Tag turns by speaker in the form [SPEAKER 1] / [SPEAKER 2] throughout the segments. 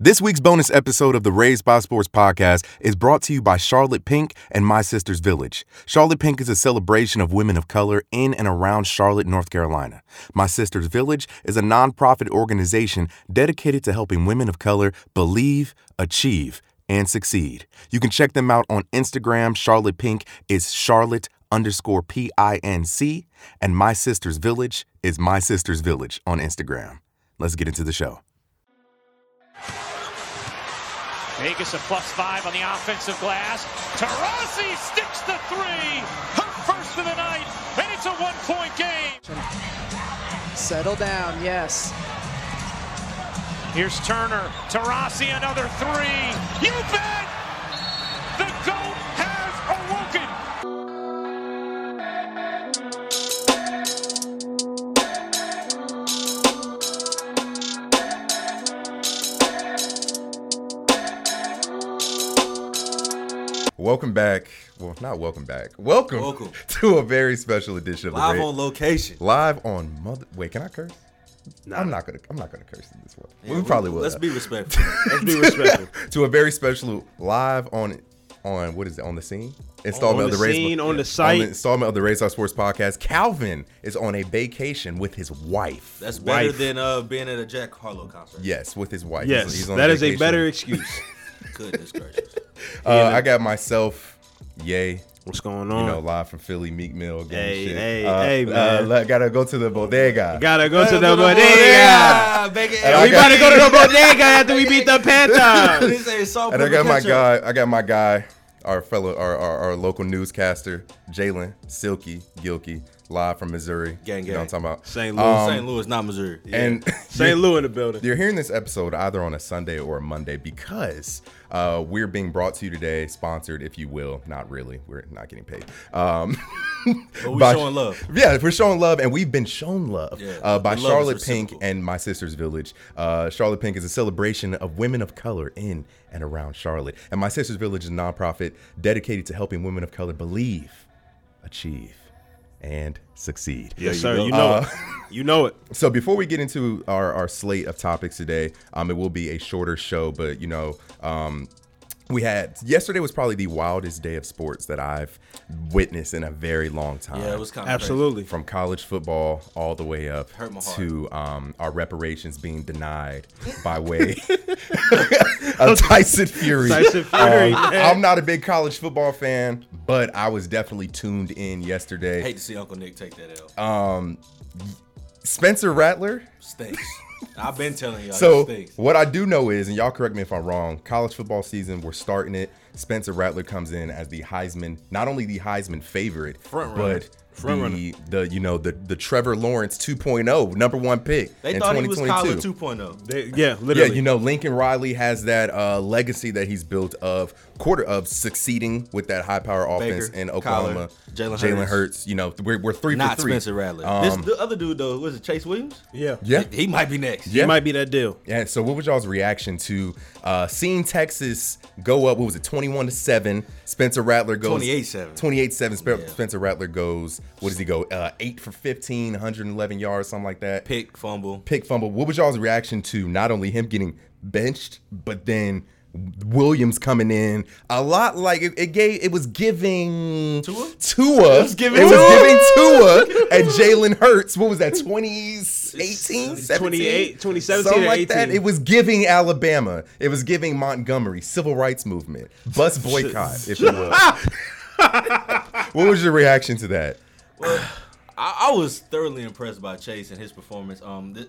[SPEAKER 1] This week's bonus episode of the Raised by Sports podcast is brought to you by Charlotte Pink and My Sister's Village. Charlotte Pink is a celebration of women of color in and around Charlotte, North Carolina. My Sister's Village is a nonprofit organization dedicated to helping women of color believe, achieve, and succeed. You can check them out on Instagram. Charlotte Pink is Charlotte underscore P I N C, and My Sister's Village is My Sister's Village on Instagram. Let's get into the show.
[SPEAKER 2] Vegas a plus five on the offensive glass. Tarasi sticks the three. Her first of the night, and it's a one point game.
[SPEAKER 3] Settle down, yes.
[SPEAKER 2] Here's Turner. Tarasi another three. You bet! The GOAT has awoken.
[SPEAKER 1] Welcome back. Well, not welcome back. Welcome,
[SPEAKER 4] Welcome.
[SPEAKER 1] to a very special edition of
[SPEAKER 4] Live
[SPEAKER 1] the Ra-
[SPEAKER 4] on location.
[SPEAKER 1] live on mother. Wait, can I curse? I'm not gonna. I'm not gonna curse in this one. we probably will.
[SPEAKER 4] Let's be respectful.
[SPEAKER 5] Let's be respectful.
[SPEAKER 1] to a very special live on on what is it on the scene installment
[SPEAKER 5] On
[SPEAKER 1] of the,
[SPEAKER 5] the
[SPEAKER 1] Raise-
[SPEAKER 5] scene, on the
[SPEAKER 1] on
[SPEAKER 5] site.
[SPEAKER 1] the installment of the Race Sports Podcast. Calvin is on a vacation with his wife.
[SPEAKER 4] That's better
[SPEAKER 5] Wife.
[SPEAKER 4] than uh being at a Jack Harlow concert.
[SPEAKER 1] yes, with his wife.
[SPEAKER 5] yes,
[SPEAKER 1] He's on
[SPEAKER 5] that is a
[SPEAKER 1] vacation.
[SPEAKER 5] better excuse.
[SPEAKER 4] Goodness gracious.
[SPEAKER 1] Uh, I got myself. Yay.
[SPEAKER 5] What's going
[SPEAKER 1] You
[SPEAKER 5] on?
[SPEAKER 1] know, live from Philly, Meat Mill. gang
[SPEAKER 5] Uh-huh. Hey,
[SPEAKER 1] shit.
[SPEAKER 5] hey,
[SPEAKER 1] uh,
[SPEAKER 5] hey, man.
[SPEAKER 1] uh, gotta go to the bodega.
[SPEAKER 5] Gotta go to the
[SPEAKER 4] Little
[SPEAKER 5] bodega.
[SPEAKER 4] bodega, Ah, baby.
[SPEAKER 1] And I
[SPEAKER 5] We
[SPEAKER 1] got-
[SPEAKER 5] gotta go to the bodega after we beat the Panthers.
[SPEAKER 4] This ain't salt,
[SPEAKER 1] and I
[SPEAKER 4] pepper,
[SPEAKER 1] got my
[SPEAKER 4] ketchup.
[SPEAKER 1] guy. I got my guy, our fellow, our our, our local newscaster, Jalen Silky Gilkey, live from Missouri.
[SPEAKER 4] Gang,
[SPEAKER 1] You know what I'm
[SPEAKER 4] gang.
[SPEAKER 1] talking about?
[SPEAKER 5] St.
[SPEAKER 1] Um,
[SPEAKER 5] Louis,
[SPEAKER 4] St. Louis, not Missouri.
[SPEAKER 1] And
[SPEAKER 5] St. Louis in the building.
[SPEAKER 1] You're hearing this episode either on a Sunday or a Monday because uh, we're being brought to you today, sponsored, if you will. Not really. We're not getting paid. Um,
[SPEAKER 4] But we
[SPEAKER 1] by-
[SPEAKER 4] showing love.
[SPEAKER 1] Yeah, we're showing love, and we've been shown love
[SPEAKER 4] Yeah,
[SPEAKER 1] uh, by
[SPEAKER 4] the love is
[SPEAKER 1] Charlotte Pink
[SPEAKER 4] reciprocal.
[SPEAKER 1] and My Sister's Village. Uh, Charlotte Pink is a celebration of women of color in and around Charlotte. And My Sister's Village is a nonprofit dedicated to helping women of color believe, achieve, and succeed.
[SPEAKER 5] Yes,
[SPEAKER 4] you
[SPEAKER 5] sir.
[SPEAKER 4] go.
[SPEAKER 5] You know
[SPEAKER 1] Uh,
[SPEAKER 5] it. You know it.
[SPEAKER 1] So before we get into our, our slate of topics today, um, it will be a shorter show, but you know, um, we had yesterday was probably the wildest day of sports that I've witnessed in a very long time.
[SPEAKER 4] Yeah, it was kind of
[SPEAKER 5] Absolutely.
[SPEAKER 1] from college football all the way up
[SPEAKER 4] Hurt my heart.
[SPEAKER 1] to um, our reparations being denied by way of Tyson Fury.
[SPEAKER 5] Tyson Fury,
[SPEAKER 1] Um,
[SPEAKER 5] man.
[SPEAKER 1] I'm not a big college football fan, but I was definitely tuned in yesterday.
[SPEAKER 4] Hate to see Uncle Nick take that L.
[SPEAKER 1] Um, Spencer Rattler.
[SPEAKER 4] stinks. I've been telling y'all.
[SPEAKER 1] So
[SPEAKER 4] it stinks.
[SPEAKER 1] what I do know is, and y'all correct me if I'm wrong, college football season, we're starting it. Spencer Rattler comes in as the Heisman, not only the Heisman favorite,
[SPEAKER 4] Front runner.
[SPEAKER 1] but
[SPEAKER 5] Front
[SPEAKER 1] the, the you know the the Trevor Lawrence 2.0 number one pick
[SPEAKER 4] They
[SPEAKER 1] in
[SPEAKER 4] thought he was
[SPEAKER 1] 2022.
[SPEAKER 4] Kyler 2.0.
[SPEAKER 5] They- yeah,
[SPEAKER 1] yeah,
[SPEAKER 5] literally.
[SPEAKER 1] you know Lincoln Riley has that uh, legacy that he's built of quarter of succeeding with that high power offense
[SPEAKER 4] Baker,
[SPEAKER 1] in Oklahoma.
[SPEAKER 4] Kyler, Jalen
[SPEAKER 1] Hurts.
[SPEAKER 4] Hurts.
[SPEAKER 1] You know we're, we're three
[SPEAKER 4] Not
[SPEAKER 1] for three.
[SPEAKER 4] Spencer Rattler.
[SPEAKER 1] Um,
[SPEAKER 4] this, the other dude though was it Chase Williams?
[SPEAKER 5] Yeah.
[SPEAKER 1] yeah,
[SPEAKER 4] He, he might be next.
[SPEAKER 1] yeah.
[SPEAKER 5] It might be that deal.
[SPEAKER 1] Yeah. So, what was y'all's reaction to uh, seeing Texas go up? What was it, twenty-one to seven? Spencer Rattler goes
[SPEAKER 4] 28-7.
[SPEAKER 1] Twenty-eight-seven. Spe-
[SPEAKER 4] Yeah.
[SPEAKER 1] Spencer Rattler goes. What does he go? Uh, eight for 15, 111 yards, something like that. Pick,
[SPEAKER 4] Pick fumble.
[SPEAKER 1] fumble. What was y'all's reaction to not only him getting benched, but then Williams coming in a lot like it, it gave. It was giving
[SPEAKER 4] Tua?
[SPEAKER 1] Tua. It was
[SPEAKER 5] giving
[SPEAKER 1] Tua and Jalen Hurts. What was that? 2018,
[SPEAKER 5] 28, 2017
[SPEAKER 1] something
[SPEAKER 5] or
[SPEAKER 1] like that.
[SPEAKER 5] 18.
[SPEAKER 1] It was giving Alabama. It was giving Montgomery civil rights movement, bus boycott, if you will. what was your reaction to that?
[SPEAKER 4] I, I was thoroughly impressed by Chase and his performance. Um, th-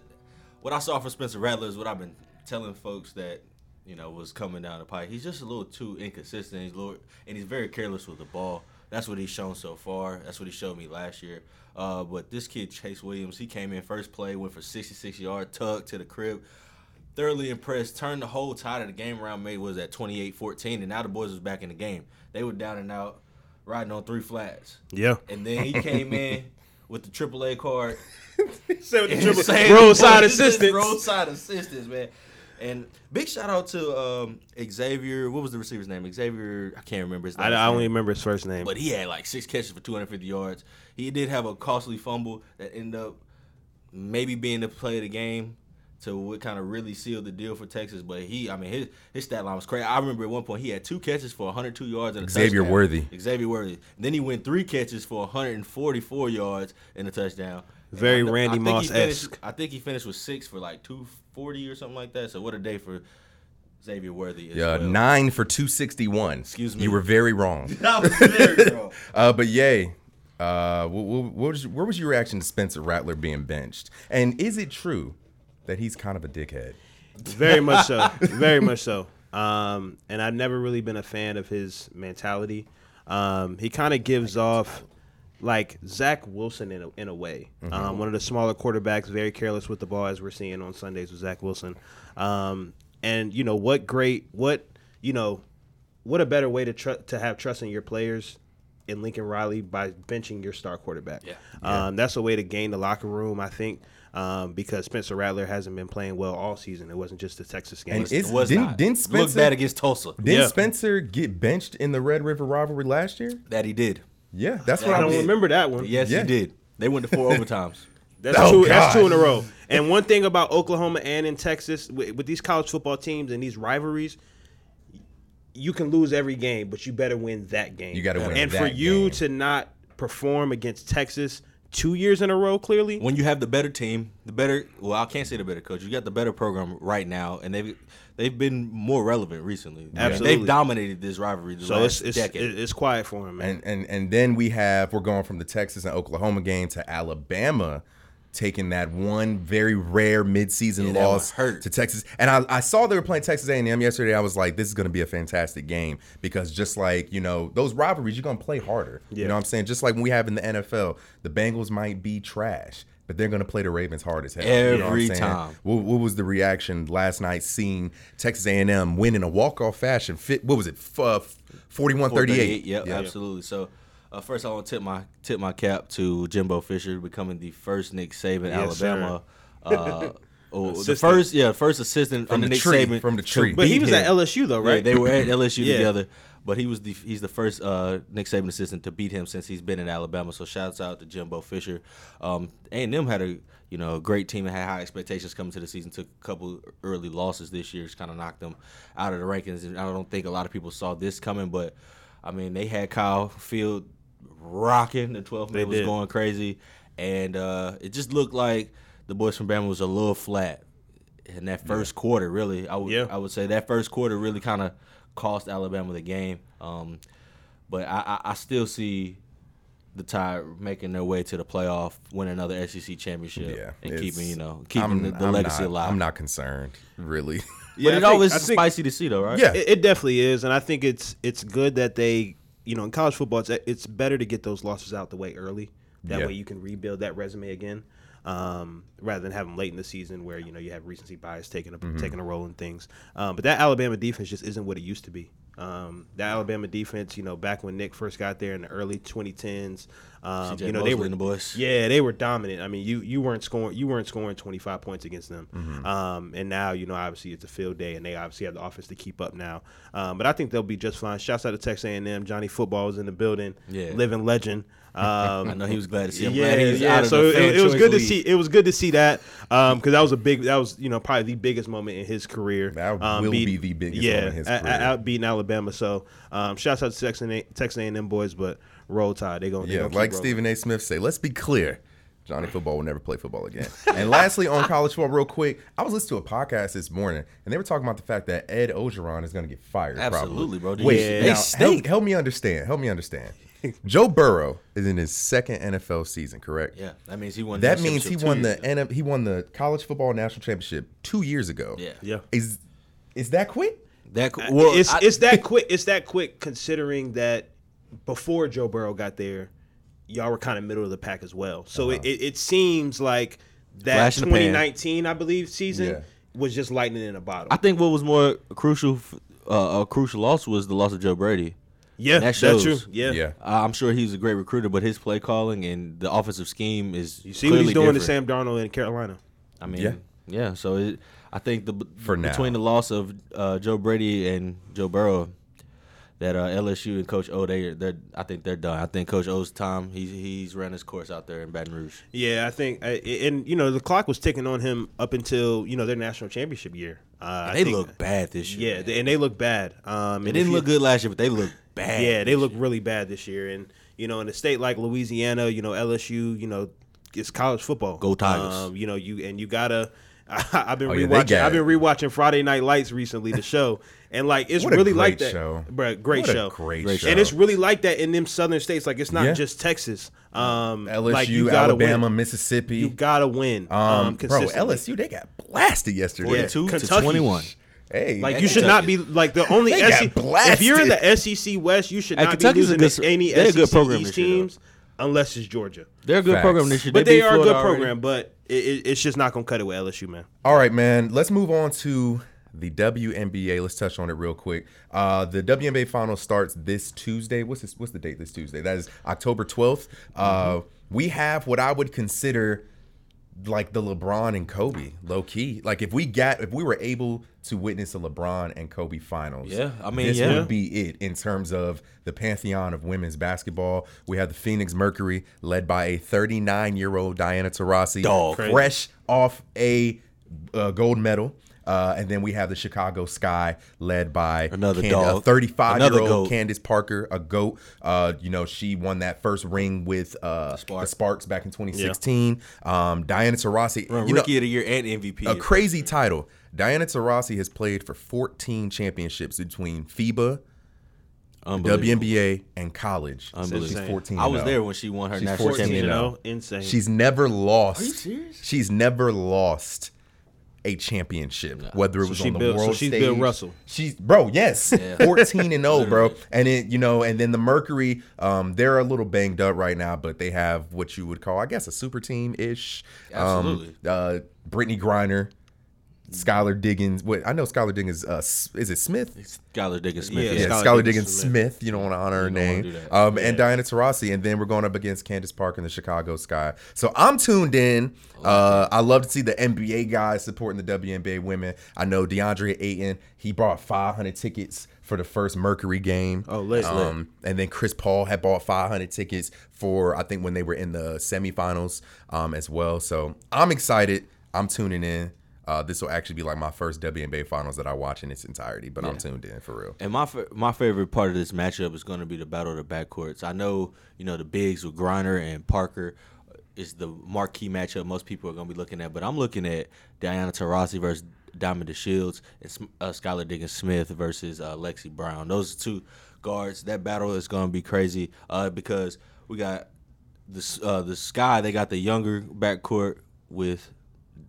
[SPEAKER 4] what I saw from Spencer Rattler is what I've been telling folks that you know was coming down the pipe. He's just a little too inconsistent. He's a little, and he's very careless with the ball. That's what he's shown so far. That's what he showed me last year. Uh, but this kid Chase Williams, he came in first play, went for 66 yard tug to the crib. Thoroughly impressed. Turned the whole tide of the game around. Made was at 28-14, and now the boys was back in the game. They were down and out, riding on three flats.
[SPEAKER 5] Yeah.
[SPEAKER 4] And then he came in with the AAA card.
[SPEAKER 5] Roadside
[SPEAKER 4] Insane. This is
[SPEAKER 5] assistance.
[SPEAKER 4] Roadside assistance, man. And big shout out to um, Xavier. What was the receiver's name? Xavier. I can't remember his name.
[SPEAKER 5] I, I don't even remember his first name.
[SPEAKER 4] But he had like six catches for 250 yards. He did have a costly fumble that ended up maybe being the play of the game. to what kind of really sealed the deal for Texas. But he, I mean, his his stat line was crazy. I remember at one point he had two catches for 102 yards and a
[SPEAKER 1] Xavier
[SPEAKER 4] touchdown.
[SPEAKER 1] Worthy.
[SPEAKER 4] Xavier Worthy. Then he went three catches for 144 yards and a touchdown. And
[SPEAKER 5] Very
[SPEAKER 4] I kn- I
[SPEAKER 5] Randy
[SPEAKER 4] think he
[SPEAKER 5] Moss-esque.
[SPEAKER 4] finished- I think he finished with six for like 240 or something like that. So what a day for Xavier Worthy. As
[SPEAKER 1] Yeah,
[SPEAKER 4] well.
[SPEAKER 1] nine for 261.
[SPEAKER 4] Excuse me.
[SPEAKER 1] You were very wrong.
[SPEAKER 4] That was very wrong.
[SPEAKER 1] Uh, but yay. Uh, what, what, what was, where was your reaction to Spencer Rattler being benched? And is it true that he's kind of a dickhead?
[SPEAKER 5] Very much so. Very much so. Um, and I've never really been a fan of his mentality. Um, he kind of gives off like Zach Wilson in a, in a way. Um, one of the smaller quarterbacks, very careless with the ball, as we're seeing on Sundays with Zach Wilson. Um, and you know what great what you know what a better way to tr- to have trust in your players in Lincoln Riley by benching your star quarterback.
[SPEAKER 4] Yeah.
[SPEAKER 5] Um, that's a way to gain the locker room, I think, um, because Spencer Rattler hasn't been playing well all season. It wasn't just the Texas game.
[SPEAKER 1] And it's,
[SPEAKER 4] Was
[SPEAKER 1] didn't,
[SPEAKER 4] not.
[SPEAKER 1] didn't
[SPEAKER 4] looked bad
[SPEAKER 1] Spencer
[SPEAKER 4] against Tulsa.
[SPEAKER 1] didn't
[SPEAKER 5] Yeah.
[SPEAKER 1] Spencer get benched in the Red River rivalry last year?
[SPEAKER 4] That he did.
[SPEAKER 1] Yeah, that's what
[SPEAKER 5] I
[SPEAKER 1] I
[SPEAKER 5] don't
[SPEAKER 1] was.
[SPEAKER 5] remember that one.
[SPEAKER 4] Yes,
[SPEAKER 1] Yeah.
[SPEAKER 4] he did. They went to four overtimes.
[SPEAKER 5] That's
[SPEAKER 1] Oh,
[SPEAKER 5] two. That's
[SPEAKER 1] God.
[SPEAKER 5] two in a row. And one thing about Oklahoma and in Texas with, with these college football teams and these rivalries, you can lose every game, but you better win that game.
[SPEAKER 1] You gotta win
[SPEAKER 5] And
[SPEAKER 1] that
[SPEAKER 5] for you
[SPEAKER 1] game.
[SPEAKER 5] to not perform against Texas two years in a row, clearly,
[SPEAKER 4] When you have the better team, the better well, I can't say the better coach. You got the better program right now, and they've they've been more relevant recently.
[SPEAKER 5] Absolutely.
[SPEAKER 4] they've dominated this rivalry. The
[SPEAKER 5] so
[SPEAKER 4] last
[SPEAKER 5] it's it's,
[SPEAKER 4] decade.
[SPEAKER 5] it- it's quiet for him, man.
[SPEAKER 1] Um, And, and and then we have we're going from the Texas and Oklahoma game to Alabama taking that one very rare midseason
[SPEAKER 4] Yeah, that one
[SPEAKER 1] loss
[SPEAKER 4] hurt.
[SPEAKER 1] to Texas. And I, I saw they were playing Texas A&M yesterday. I was like, this is going to be a fantastic game because just like, you know, those rivalries, you're going to play harder. You
[SPEAKER 5] Yeah.
[SPEAKER 1] know what I'm saying? Just like when we have in the NFL, the Bengals might be trash, but they're going to play the Ravens hard as hell. you know what I'm
[SPEAKER 4] Every
[SPEAKER 1] saying?
[SPEAKER 4] time.
[SPEAKER 1] What, what was the reaction last night seeing Texas A&M win in a walk-off fashion? Fit, what was it? F- uh, 41-38.
[SPEAKER 4] Yep, absolutely. So, uh, first I want to tip my tip my cap to Jimbo Fisher becoming the first Nick Saban
[SPEAKER 5] Yes, sir.
[SPEAKER 4] Alabama. Uh, oh, the
[SPEAKER 5] Assistant.
[SPEAKER 4] first, yeah, first assistant
[SPEAKER 1] From
[SPEAKER 4] under
[SPEAKER 1] the
[SPEAKER 4] Nick
[SPEAKER 1] tree,
[SPEAKER 4] Saban
[SPEAKER 1] from the
[SPEAKER 4] to
[SPEAKER 1] tree.
[SPEAKER 5] but he
[SPEAKER 4] beat
[SPEAKER 5] was
[SPEAKER 4] him.
[SPEAKER 5] at LSU though, right?
[SPEAKER 4] Yeah, they were at LSU
[SPEAKER 5] Yeah.
[SPEAKER 4] together, but he was the he's the first uh, Nick Saban assistant to beat him since he's been in Alabama. So shouts out to Jimbo Fisher. Um, A&M had a you know a great team and had high expectations coming to the season. Took a couple early losses this year, just kind of knocked them out of the rankings. And I don't think a lot of people saw this coming, but I mean they had Kyle Field rocking. The 12th man was
[SPEAKER 5] did.
[SPEAKER 4] going crazy, and uh, it just looked like the boys from Bama was a little flat in that first quarter, really, I would
[SPEAKER 5] Yeah.
[SPEAKER 4] I would say that first quarter really kind of cost Alabama the game. Um, but I, I, I still see the Tide making their way to the playoff, win another SEC championship,
[SPEAKER 1] Yeah,
[SPEAKER 4] and
[SPEAKER 1] it's-
[SPEAKER 4] keeping you know keeping
[SPEAKER 1] I'm-
[SPEAKER 4] the, the
[SPEAKER 1] I'm
[SPEAKER 4] legacy
[SPEAKER 1] not,
[SPEAKER 4] alive.
[SPEAKER 1] I'm not concerned, really.
[SPEAKER 4] but
[SPEAKER 5] I
[SPEAKER 4] it
[SPEAKER 5] think-
[SPEAKER 4] always
[SPEAKER 5] I
[SPEAKER 4] is
[SPEAKER 5] think-
[SPEAKER 4] spicy to see though, right?
[SPEAKER 1] Yeah.
[SPEAKER 5] It, it definitely is, and I think it's it's good that they, you know, in college football, it's, it's better to get those losses out the way early. That
[SPEAKER 1] Yeah.
[SPEAKER 5] way, you can rebuild that resume again, um, rather than have them late in the season where you know you have recency bias taking a
[SPEAKER 4] Mm-hmm.
[SPEAKER 5] taking a role in things. Um, but that Alabama defense just isn't what it used to be. Um, that Alabama defense, you know, back when Nick first got there in the early 2010s, um,
[SPEAKER 4] CJ
[SPEAKER 5] you know
[SPEAKER 4] Mosley
[SPEAKER 5] they were
[SPEAKER 4] and the boys.
[SPEAKER 5] yeah, they were dominant. I mean, you you weren't scoring you weren't scoring 25 points against them.
[SPEAKER 1] Mm-hmm.
[SPEAKER 5] Um, and now you know obviously it's a field day, and they obviously have the offense to keep up now. Um, but I think they'll be just fine. Shouts out to Texas A&M. Johnny Football is in the building.
[SPEAKER 4] Yeah.
[SPEAKER 5] living legend. Um,
[SPEAKER 4] I know he was glad to see. I'm
[SPEAKER 5] yeah,
[SPEAKER 4] glad he was
[SPEAKER 5] yeah.
[SPEAKER 4] out of
[SPEAKER 5] so
[SPEAKER 4] the fan
[SPEAKER 5] it, it was
[SPEAKER 4] choice
[SPEAKER 5] good to
[SPEAKER 4] league.
[SPEAKER 5] see. It was good to see that because that was a big. That was you know probably the biggest moment in his career. Um,
[SPEAKER 1] That will be the biggest
[SPEAKER 5] yeah,
[SPEAKER 1] moment in his
[SPEAKER 5] a- a-
[SPEAKER 1] career.
[SPEAKER 5] out beating Alabama. So um, shouts out to Texas A- Texas A&M boys, but roll tide. They going
[SPEAKER 1] Yeah, like Stephen A. Smith say, let's be clear. Johnny Football will never play football again. and lastly, on college football, real quick, I was listening to a podcast this morning, and they were talking about the fact that Ed Ogeron is going to get fired.
[SPEAKER 4] Absolutely, bro.
[SPEAKER 1] probably.
[SPEAKER 4] Dude,
[SPEAKER 1] Wait,
[SPEAKER 5] they
[SPEAKER 1] now, help,
[SPEAKER 4] stink.
[SPEAKER 1] help me understand. Help me understand. Joe Burrow is in his second NFL season, correct?
[SPEAKER 4] Yeah, that means he won.
[SPEAKER 1] That
[SPEAKER 4] the
[SPEAKER 1] means he
[SPEAKER 4] championship two
[SPEAKER 1] won the
[SPEAKER 4] years ago.
[SPEAKER 1] NF, he won the college football national championship two years ago.
[SPEAKER 4] Yeah.
[SPEAKER 5] Yeah.
[SPEAKER 1] Is is that quick?
[SPEAKER 4] That co- well,
[SPEAKER 5] it's
[SPEAKER 4] I-
[SPEAKER 5] it's that quick. It's that quick considering that before Joe Burrow got there, y'all were kind of middle of the pack as well. So it, it, it seems like that
[SPEAKER 4] Flash in the pan.
[SPEAKER 5] 2019, I believe, season
[SPEAKER 1] Yeah.
[SPEAKER 5] was just lightning in a bottle.
[SPEAKER 4] I think what was more crucial, f- uh, a crucial loss was the loss of Joe Brady.
[SPEAKER 5] yeah,
[SPEAKER 4] that
[SPEAKER 5] that's
[SPEAKER 4] shows.
[SPEAKER 5] true. Yeah.
[SPEAKER 4] Uh, I'm sure he's a great recruiter, but his play calling and the offensive scheme is
[SPEAKER 5] You see what he's doing
[SPEAKER 4] different.
[SPEAKER 5] to Sam Darnold in Carolina.
[SPEAKER 4] I mean,
[SPEAKER 1] Yeah.
[SPEAKER 4] yeah. so it, I think the
[SPEAKER 1] For now.
[SPEAKER 4] between the loss of uh, Joe Brady and Joe Burrow, that uh, LSU and Coach O they they I think they're done. I think Coach O's time he's he's ran his course out there in Baton Rouge.
[SPEAKER 5] Yeah, I think, I- and you know, the clock was ticking on him up until you know their national championship year. Uh, I
[SPEAKER 4] They
[SPEAKER 5] think-
[SPEAKER 4] look bad this year.
[SPEAKER 5] Yeah,
[SPEAKER 4] man.
[SPEAKER 5] they- and they look bad. Um,
[SPEAKER 4] They
[SPEAKER 5] and if
[SPEAKER 4] didn't
[SPEAKER 5] you-
[SPEAKER 4] look good last year, but they look bad.
[SPEAKER 5] Yeah, they look really bad this year. And you know, in a state like Louisiana, you know LSU, you know, it's college football. Um,
[SPEAKER 4] Go Tigers.
[SPEAKER 5] you know, you and you gotta. I, have been
[SPEAKER 1] Oh, yeah, they
[SPEAKER 5] rewatching.
[SPEAKER 1] got
[SPEAKER 5] I've been
[SPEAKER 1] it.
[SPEAKER 5] rewatching Friday Night Lights recently, the show, and like it's
[SPEAKER 1] What a
[SPEAKER 5] really
[SPEAKER 1] great
[SPEAKER 5] like that.
[SPEAKER 1] show.
[SPEAKER 5] Bruh, great
[SPEAKER 1] What a
[SPEAKER 5] show,
[SPEAKER 1] great show.
[SPEAKER 5] and it's really like that in them southern states. Like it's not
[SPEAKER 1] Yeah.
[SPEAKER 5] just Texas. Um,
[SPEAKER 1] LSU,
[SPEAKER 5] like you gotta
[SPEAKER 1] Alabama,
[SPEAKER 5] win.
[SPEAKER 1] Mississippi.
[SPEAKER 5] You gotta win. Um,
[SPEAKER 1] um, bro,
[SPEAKER 5] consistently.
[SPEAKER 1] LSU they got blasted yesterday.
[SPEAKER 5] Yeah.
[SPEAKER 4] 42 to
[SPEAKER 5] Kentucky.
[SPEAKER 4] 21.
[SPEAKER 1] Hey,
[SPEAKER 5] Like
[SPEAKER 1] that-
[SPEAKER 5] you should not be like the only
[SPEAKER 1] They got
[SPEAKER 5] SEC. If you're in the SEC West, you should
[SPEAKER 4] Hey,
[SPEAKER 5] not
[SPEAKER 4] Kentucky's a
[SPEAKER 5] be losing
[SPEAKER 4] good-
[SPEAKER 5] to any
[SPEAKER 4] they're a
[SPEAKER 5] SEC
[SPEAKER 4] good program
[SPEAKER 5] East
[SPEAKER 4] this year, though.
[SPEAKER 5] teams unless it's Georgia.
[SPEAKER 4] They're a good
[SPEAKER 1] Facts.
[SPEAKER 4] program this year.
[SPEAKER 5] But they,
[SPEAKER 4] beat
[SPEAKER 5] are a
[SPEAKER 4] Florida
[SPEAKER 5] good
[SPEAKER 4] already.
[SPEAKER 5] program, but it, it, it's just not gonna cut it with LSU, man.
[SPEAKER 1] All right, man. Let's move on to the WNBA. Let's touch on it real quick. Uh, the WNBA final starts this Tuesday. What's this, what's the date this Tuesday? That is October 12th. Uh,
[SPEAKER 5] Mm-hmm.
[SPEAKER 1] we have what I would consider like the LeBron and Kobe low key. Like if we got if we were able to witness a LeBron and Kobe finals.
[SPEAKER 4] Yeah, I mean,
[SPEAKER 1] this
[SPEAKER 4] yeah.
[SPEAKER 1] would be it in terms of the pantheon of women's basketball. We have the Phoenix Mercury led by a 39-year-old Diana Taurasi,
[SPEAKER 4] Dog.
[SPEAKER 5] Crazy.
[SPEAKER 1] fresh off a uh, gold medal. Uh, and then we have the Chicago Sky, led by
[SPEAKER 4] Another
[SPEAKER 1] Cand-
[SPEAKER 4] dog.
[SPEAKER 1] a 35 year
[SPEAKER 4] Another
[SPEAKER 1] old
[SPEAKER 4] goat.
[SPEAKER 1] Candace Parker, a goat. Uh, you know, she won that first ring with uh, the
[SPEAKER 4] Sparks.
[SPEAKER 1] Sparks back in 2016. Um, Diana Taurasi,
[SPEAKER 4] Run
[SPEAKER 1] you know,
[SPEAKER 4] Rookie of the Year and MVP.
[SPEAKER 1] a crazy title. Diana Taurasi has played for 14 championships between FIBA,
[SPEAKER 4] Unbelievable.
[SPEAKER 1] WNBA, and college. Since she's
[SPEAKER 4] Unbelievable.
[SPEAKER 1] 14.
[SPEAKER 4] I was
[SPEAKER 1] now.
[SPEAKER 4] there when she won her
[SPEAKER 1] She's
[SPEAKER 4] national
[SPEAKER 1] 14
[SPEAKER 4] championship.
[SPEAKER 1] and
[SPEAKER 5] know, insane.
[SPEAKER 1] She's never lost.
[SPEAKER 4] you serious?
[SPEAKER 1] She's never lost a championship, whether it was
[SPEAKER 5] she
[SPEAKER 1] on the
[SPEAKER 5] built- so
[SPEAKER 1] world
[SPEAKER 5] she's
[SPEAKER 1] stage.
[SPEAKER 5] Bill Russell.
[SPEAKER 1] She's bro, yes, fourteen and zero, bro. And it, you know, and then the Mercury, um, they're a little banged up right now, but they have what you would call, I guess, a super team ish.
[SPEAKER 4] Absolutely.
[SPEAKER 1] Um, uh, Brittany Griner, Skylar Diggins. What I know, Skylar Diggins. Uh, S- is it Smith?
[SPEAKER 4] Skylar Diggins Smith.
[SPEAKER 5] Yeah,
[SPEAKER 1] Yeah,
[SPEAKER 4] Yeah.
[SPEAKER 1] Skylar, Diggins Smith. You don't want to honor her
[SPEAKER 4] You don't wanna do
[SPEAKER 1] name.
[SPEAKER 4] that.
[SPEAKER 1] Um, And Diana Taurasi. And then we're going up against Candace Park and the Chicago Sky. So I'm tuned in. Uh, I love to see the NBA guys supporting the WNBA women. I know DeAndre Ayton, he bought 500 tickets for the first Mercury game.
[SPEAKER 5] Oh, lit, lit.
[SPEAKER 1] Um, and then Chris Paul had bought 500 tickets for, I think, when they were in the semifinals um, as well. So I'm excited. I'm tuning in. Uh, this will actually be like my first WNBA finals that I watch in its entirety, but I'm tuned in for real.
[SPEAKER 4] And my fa- my favorite part of this matchup is going to be the battle of the backcourts. I know you know the bigs with Griner and Parker is the marquee matchup most people are going to be looking at, but I'm looking at Diana Taurasi versus Diamond DeShields and Sm- uh, Skylar Diggins Smith versus uh, Lexi Brown. Those two guards. That battle is going to be crazy uh, because we got the s- uh, the sky. They got the younger backcourt with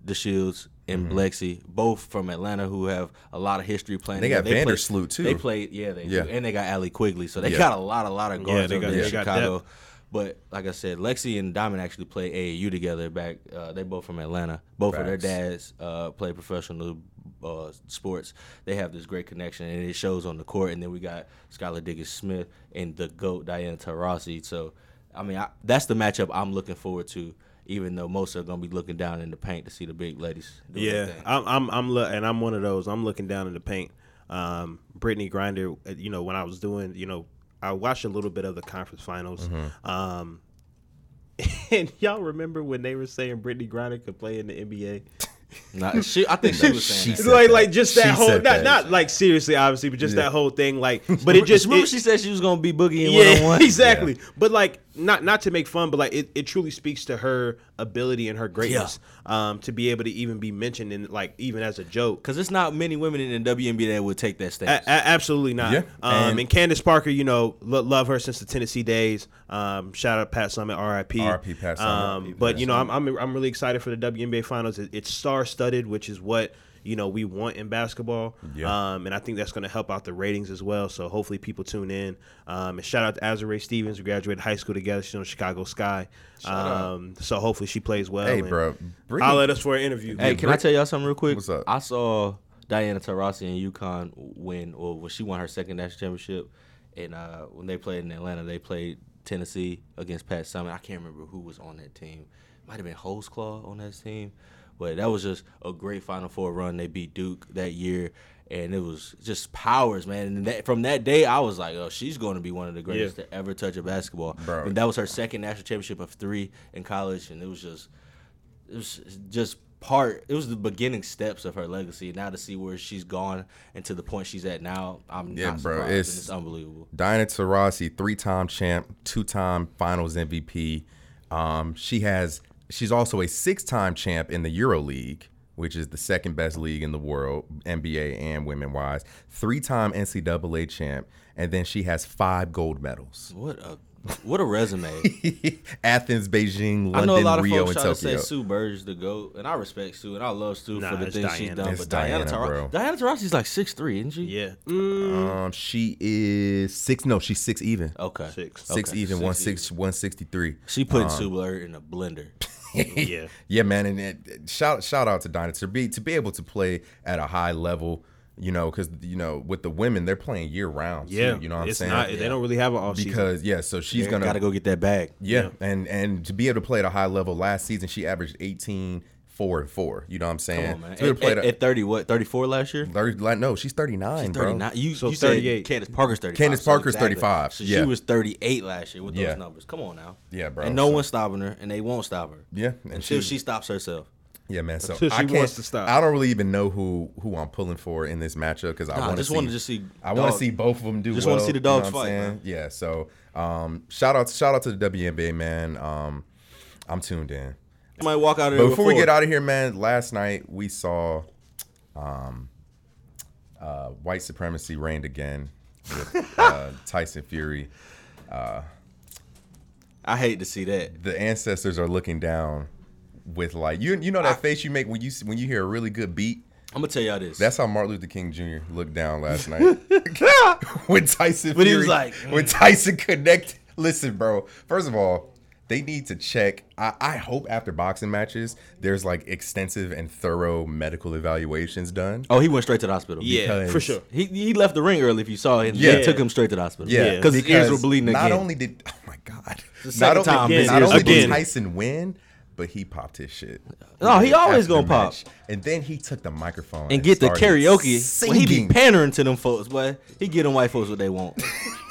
[SPEAKER 4] the Shields
[SPEAKER 1] Mm-hmm.
[SPEAKER 4] and Lexi, both from Atlanta, who have a lot of history playing.
[SPEAKER 1] They got
[SPEAKER 4] together. play-
[SPEAKER 1] Vandersloot, too.
[SPEAKER 4] They played, yeah, they
[SPEAKER 1] Yeah.
[SPEAKER 4] do. and they got Allie Quigley, so they
[SPEAKER 1] Yeah.
[SPEAKER 4] got a lot, a lot of guards
[SPEAKER 5] they
[SPEAKER 4] over
[SPEAKER 5] got-
[SPEAKER 4] there in
[SPEAKER 5] they got
[SPEAKER 4] Chicago. But like I said, Lexi and Diamond actually played AAU together back. Uh, they both from Atlanta. Both of their
[SPEAKER 1] Facts.
[SPEAKER 4] dads uh, play professional uh, sports. They have this great connection, and it shows on the court. And then we got Skylar Diggins Smith and the goat Diana Taurasi. So, I mean, I, that's the matchup I'm looking forward to. Even though most are going to be looking down in the paint to see the big ladies. Do their
[SPEAKER 5] Yeah,
[SPEAKER 4] thing.
[SPEAKER 5] I'm, I'm, I'm, look, and I'm one of those. I'm looking down in the paint. Um, Brittany Grinder, uh, you know, when I was doing, you know, I watched a little bit of the conference finals.
[SPEAKER 1] Mm-hmm.
[SPEAKER 5] Um, and y'all remember when they were saying Brittany Grinder could play in the NBA?
[SPEAKER 4] Nah, she, I think she was
[SPEAKER 1] She
[SPEAKER 4] saying. that.
[SPEAKER 1] said
[SPEAKER 5] like,
[SPEAKER 1] that.
[SPEAKER 5] like just
[SPEAKER 1] She
[SPEAKER 5] that whole,
[SPEAKER 1] said
[SPEAKER 5] not,
[SPEAKER 1] that.
[SPEAKER 5] not like seriously, obviously, but just that whole thing. Like, but it just
[SPEAKER 4] remember
[SPEAKER 5] it-
[SPEAKER 4] she said she was going to be boogie in
[SPEAKER 5] yeah,
[SPEAKER 4] one on one.
[SPEAKER 5] Exactly. But like not not to make fun, but like it, it truly speaks to her ability and her greatness um to be able to even be mentioned in like even as a joke.
[SPEAKER 4] Because it's not many women in the WNBA that would take that
[SPEAKER 5] A-
[SPEAKER 4] stance.
[SPEAKER 5] a- absolutely not.
[SPEAKER 1] Yeah.
[SPEAKER 5] Um, and,
[SPEAKER 1] And-
[SPEAKER 5] Candace Parker, you know, lo- love her since the Tennessee days. Um, shout out Pat Summit, R.I.P.
[SPEAKER 1] R.I.P. Pat Summitt.
[SPEAKER 5] Um, but you know, I'm, I'm I'm really excited for the WNBA Finals. It, it's star studded, which is what you know we want in basketball.
[SPEAKER 1] Yeah.
[SPEAKER 5] Um, and I think that's going to help out the ratings as well. So hopefully people tune in. Um, and shout out to Azure Stevens. We graduated high school together. She's on Chicago Sky. Um, so hopefully she plays well.
[SPEAKER 1] Hey,
[SPEAKER 5] and
[SPEAKER 1] bro, Brittany-
[SPEAKER 5] Holla at us for an interview.
[SPEAKER 4] Hey, can I
[SPEAKER 1] Brit-
[SPEAKER 4] tell y'all something real quick?
[SPEAKER 1] What's up?
[SPEAKER 4] I saw Diana Taurasi and UConn win, or when she won her second national championship, and uh, when they played in Atlanta, they played Tennessee against Pat Summit. I can't remember who was on that team. Might have been Holesclaw on that team, but that was just a great Final Four run. They beat Duke that year, and it was just powers, man. And that, from that day, I was like, oh, she's going to be one of the greatest to ever touch a basketball.
[SPEAKER 1] Bro.
[SPEAKER 4] And that was her second national championship of three in college, and it was just, it was just part. It was the beginning steps of her legacy. Now to see where she's gone and to the point she's at now, I'm
[SPEAKER 1] Yeah,
[SPEAKER 4] not
[SPEAKER 1] bro,
[SPEAKER 4] surprised. and
[SPEAKER 1] it's-
[SPEAKER 4] It's, unbelievable.
[SPEAKER 1] Diana Taurasi, three-time champ, two-time Finals MVP. Um, she has she's also a six-time champ in the Euro League, which is the second best league in the world, NBA and women-wise. Three-time NCAA champ, and then she has five gold medals.
[SPEAKER 4] What a what a resume.
[SPEAKER 1] Athens, Beijing, London,
[SPEAKER 4] I know a lot of
[SPEAKER 1] Rio,
[SPEAKER 4] folks
[SPEAKER 1] and
[SPEAKER 4] try to
[SPEAKER 1] Tokyo.
[SPEAKER 4] say Sue Bird's the goat, and I respect Sue and I love Sue
[SPEAKER 5] Nah,
[SPEAKER 4] for the
[SPEAKER 5] it's
[SPEAKER 4] things she's
[SPEAKER 5] Diana.
[SPEAKER 4] done.
[SPEAKER 1] It's
[SPEAKER 4] but Diana,
[SPEAKER 1] Diana, bro.
[SPEAKER 4] Taurasi, Diana Taurasi's like six three, isn't she?
[SPEAKER 5] Yeah. Mm,
[SPEAKER 1] um, she is six. No, she's six even.
[SPEAKER 4] Okay.
[SPEAKER 5] Six.
[SPEAKER 1] Six
[SPEAKER 4] Okay,
[SPEAKER 1] even,
[SPEAKER 4] six
[SPEAKER 1] one six, one sixty-three.
[SPEAKER 4] She put Sue Bird in a blender.
[SPEAKER 5] yeah.
[SPEAKER 1] Yeah, man, and it, it- shout shout out to Dinah to be to be able to play at a high level, you know, because you know with the women they're playing year round. too,
[SPEAKER 5] Yeah.
[SPEAKER 1] you know what
[SPEAKER 5] it's
[SPEAKER 1] I'm saying?
[SPEAKER 5] Not, They don't really have an off season.
[SPEAKER 1] because yeah, so she's
[SPEAKER 4] She's
[SPEAKER 1] gonna
[SPEAKER 4] gonna gotta go get that bag.
[SPEAKER 1] yeah, and and to be able to play at a high level last season she averaged 18, 4 and four. You know what I'm saying?
[SPEAKER 4] Come on, man.
[SPEAKER 1] To be able
[SPEAKER 4] At,
[SPEAKER 1] to play
[SPEAKER 4] at-
[SPEAKER 1] at-
[SPEAKER 4] at thirty, what thirty four last year?
[SPEAKER 1] 30 like, no, she's 39,
[SPEAKER 4] Thirty
[SPEAKER 1] bro.
[SPEAKER 4] nine. You,
[SPEAKER 5] So
[SPEAKER 4] you said
[SPEAKER 5] 38.
[SPEAKER 4] Candace Parker's thirty.
[SPEAKER 1] Candace Parker's 35,
[SPEAKER 4] So
[SPEAKER 1] yeah.
[SPEAKER 4] She was thirty eight last year with
[SPEAKER 1] Yeah.
[SPEAKER 4] those numbers. Come on now.
[SPEAKER 1] Yeah, bro,
[SPEAKER 4] And no
[SPEAKER 1] so-
[SPEAKER 4] one's stopping her, and they won't stop her.
[SPEAKER 1] Yeah, and
[SPEAKER 4] Until
[SPEAKER 1] she-
[SPEAKER 4] she stops herself.
[SPEAKER 1] Yeah, man. So
[SPEAKER 5] Until she
[SPEAKER 1] I can't,
[SPEAKER 5] wants to stop.
[SPEAKER 1] I don't really even know who who I'm pulling for in this matchup because I
[SPEAKER 4] Nah, I
[SPEAKER 1] want to
[SPEAKER 4] just
[SPEAKER 1] see.
[SPEAKER 4] wanna just see
[SPEAKER 1] I want to
[SPEAKER 4] dog-
[SPEAKER 1] see both of them do.
[SPEAKER 4] just
[SPEAKER 1] well,
[SPEAKER 4] wanna see the
[SPEAKER 1] you know
[SPEAKER 4] dogs
[SPEAKER 1] what I'm
[SPEAKER 4] fight,
[SPEAKER 1] saying?
[SPEAKER 4] man.
[SPEAKER 1] Yeah. So um, shout out shout out to the WNBA man. Um, I'm tuned in.
[SPEAKER 4] You might walk out of
[SPEAKER 1] But
[SPEAKER 4] there
[SPEAKER 1] before we get
[SPEAKER 4] out.
[SPEAKER 1] out of here, man, last night we saw um, uh, white supremacy reigned again with uh, Tyson Fury.
[SPEAKER 4] I hate to see that.
[SPEAKER 1] The ancestors are looking down with like you you know that face you make when you when you hear a really good beat.
[SPEAKER 4] I'm gonna tell y'all this.
[SPEAKER 1] That's how Martin Luther King Jr. looked down last night when Tyson.
[SPEAKER 4] When he was
[SPEAKER 1] Fury-
[SPEAKER 4] like, "Mm."
[SPEAKER 1] when Tyson connected. Listen, bro. First of all, they need to check. I, I hope after boxing matches, there's like extensive and thorough medical evaluations done.
[SPEAKER 4] oh, he went straight to the hospital.
[SPEAKER 5] Yeah, for
[SPEAKER 1] because-
[SPEAKER 5] sure.
[SPEAKER 4] He, he left the ring early if you saw him.
[SPEAKER 1] Yeah.
[SPEAKER 4] They took him straight to the hospital.
[SPEAKER 1] Yeah,
[SPEAKER 4] Because his ears were
[SPEAKER 1] because
[SPEAKER 4] bleeding again.
[SPEAKER 1] Not only did oh my god, not
[SPEAKER 4] second
[SPEAKER 1] only,
[SPEAKER 4] time
[SPEAKER 5] his
[SPEAKER 1] not
[SPEAKER 5] ears
[SPEAKER 1] only
[SPEAKER 5] bleeding.
[SPEAKER 1] did Tyson win, but he popped his shit.
[SPEAKER 4] No, he always
[SPEAKER 1] After the
[SPEAKER 4] gonna pop.
[SPEAKER 1] match. And then he took the microphone
[SPEAKER 4] and get the
[SPEAKER 1] started
[SPEAKER 4] karaoke. Well, he be
[SPEAKER 1] singing.
[SPEAKER 4] pandering to them folks, boy. He get them white folks what they want.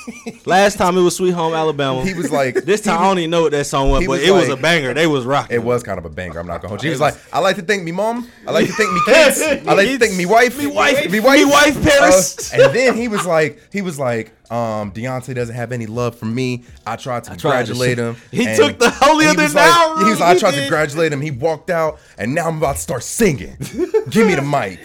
[SPEAKER 4] Last time it was Sweet Home Alabama.
[SPEAKER 1] He was like-
[SPEAKER 4] this time
[SPEAKER 1] he
[SPEAKER 4] I don't even know what that song was,
[SPEAKER 1] he
[SPEAKER 4] but
[SPEAKER 1] was
[SPEAKER 4] it was a
[SPEAKER 1] like-
[SPEAKER 4] banger. They was rocking.
[SPEAKER 1] It was kind of a banger. I'm not gonna hold you. He was like, I like to thank me mom. I like to thank me kids. I like to thank me wife. Me
[SPEAKER 4] wife. Me wife, Paris.
[SPEAKER 1] Uh, and then he was like, he was like, um, Deontay doesn't have any love for me. I tried to
[SPEAKER 4] tried to
[SPEAKER 1] congratulate
[SPEAKER 4] sh-
[SPEAKER 1] him.
[SPEAKER 4] He
[SPEAKER 1] and
[SPEAKER 4] took the holier
[SPEAKER 1] he
[SPEAKER 4] than
[SPEAKER 1] was like-
[SPEAKER 4] thou
[SPEAKER 1] He was like, I
[SPEAKER 4] route,
[SPEAKER 1] tried
[SPEAKER 4] he
[SPEAKER 1] to
[SPEAKER 4] did."
[SPEAKER 1] congratulate him. He walked out, and now I'm about to start singing. Give me the mic.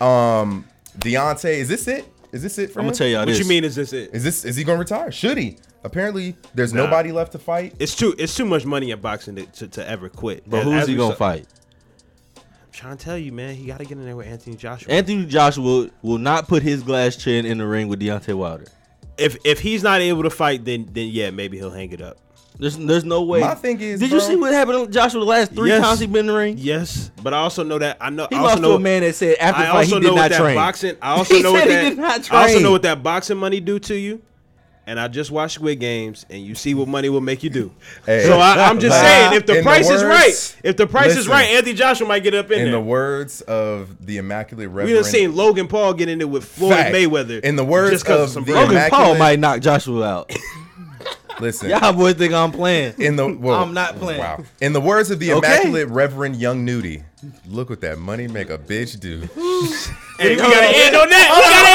[SPEAKER 1] Um, Deontay, is this it? Is this it for
[SPEAKER 4] I'm
[SPEAKER 1] him?
[SPEAKER 4] gonna tell y'all
[SPEAKER 5] What
[SPEAKER 4] this.
[SPEAKER 5] you mean is this it?
[SPEAKER 1] Is this is he gonna retire? Should he? Apparently, there's nobody left to fight.
[SPEAKER 5] It's too it's too much money in boxing to, to, to ever quit.
[SPEAKER 4] But
[SPEAKER 5] And
[SPEAKER 4] who's
[SPEAKER 5] as
[SPEAKER 4] he
[SPEAKER 5] we
[SPEAKER 4] gonna
[SPEAKER 5] saw-
[SPEAKER 4] fight?
[SPEAKER 5] I'm trying to tell you, man, he got to get in there with Anthony Joshua.
[SPEAKER 4] Anthony Joshua will not put his glass chin in the ring with Deontay Wilder.
[SPEAKER 5] if if he's not able to fight, then then yeah, maybe he'll hang it up.
[SPEAKER 4] There's there's no way.
[SPEAKER 1] My thing is,
[SPEAKER 4] did you
[SPEAKER 1] bro-
[SPEAKER 4] see what happened to Joshua the last three
[SPEAKER 5] Yes.
[SPEAKER 4] times he been in the ring?
[SPEAKER 5] Yes, but I also know that I know
[SPEAKER 4] He
[SPEAKER 5] I
[SPEAKER 4] lost
[SPEAKER 5] also know
[SPEAKER 4] to a man that said after the
[SPEAKER 5] I
[SPEAKER 4] fight he
[SPEAKER 5] also
[SPEAKER 4] did
[SPEAKER 5] know
[SPEAKER 4] not
[SPEAKER 5] what that
[SPEAKER 4] train.
[SPEAKER 5] boxing. I also
[SPEAKER 4] He
[SPEAKER 5] know what
[SPEAKER 4] said he
[SPEAKER 5] that.
[SPEAKER 4] did not
[SPEAKER 5] I also
[SPEAKER 4] train.
[SPEAKER 5] know what that boxing money do to you. And I just watched Squid Games, and you see what money will make you do.
[SPEAKER 1] Hey.
[SPEAKER 5] so I, I'm just
[SPEAKER 1] Nah,
[SPEAKER 5] saying, if the
[SPEAKER 1] in the
[SPEAKER 5] price is
[SPEAKER 1] words-
[SPEAKER 5] right, if the price is
[SPEAKER 1] Listen.
[SPEAKER 5] right, Anthony Joshua might get up in,
[SPEAKER 1] In
[SPEAKER 5] there.
[SPEAKER 1] the words of the immaculate reverend,
[SPEAKER 5] we done seen Logan Paul get in it with Floyd
[SPEAKER 1] Fact.
[SPEAKER 5] Mayweather.
[SPEAKER 1] In the words
[SPEAKER 5] just 'cause
[SPEAKER 1] of the
[SPEAKER 5] broke-
[SPEAKER 4] Logan Paul
[SPEAKER 1] Immaculate-
[SPEAKER 4] might knock Joshua out.
[SPEAKER 1] listen,
[SPEAKER 4] Y'all boys think I'm playing.
[SPEAKER 1] in the well,
[SPEAKER 4] I'm not playing.
[SPEAKER 1] Wow. In the words of the
[SPEAKER 4] Okay.
[SPEAKER 1] immaculate Reverend Young Nudie, look what that money make a bitch do.
[SPEAKER 5] Hey, we gotta end on that. We gotta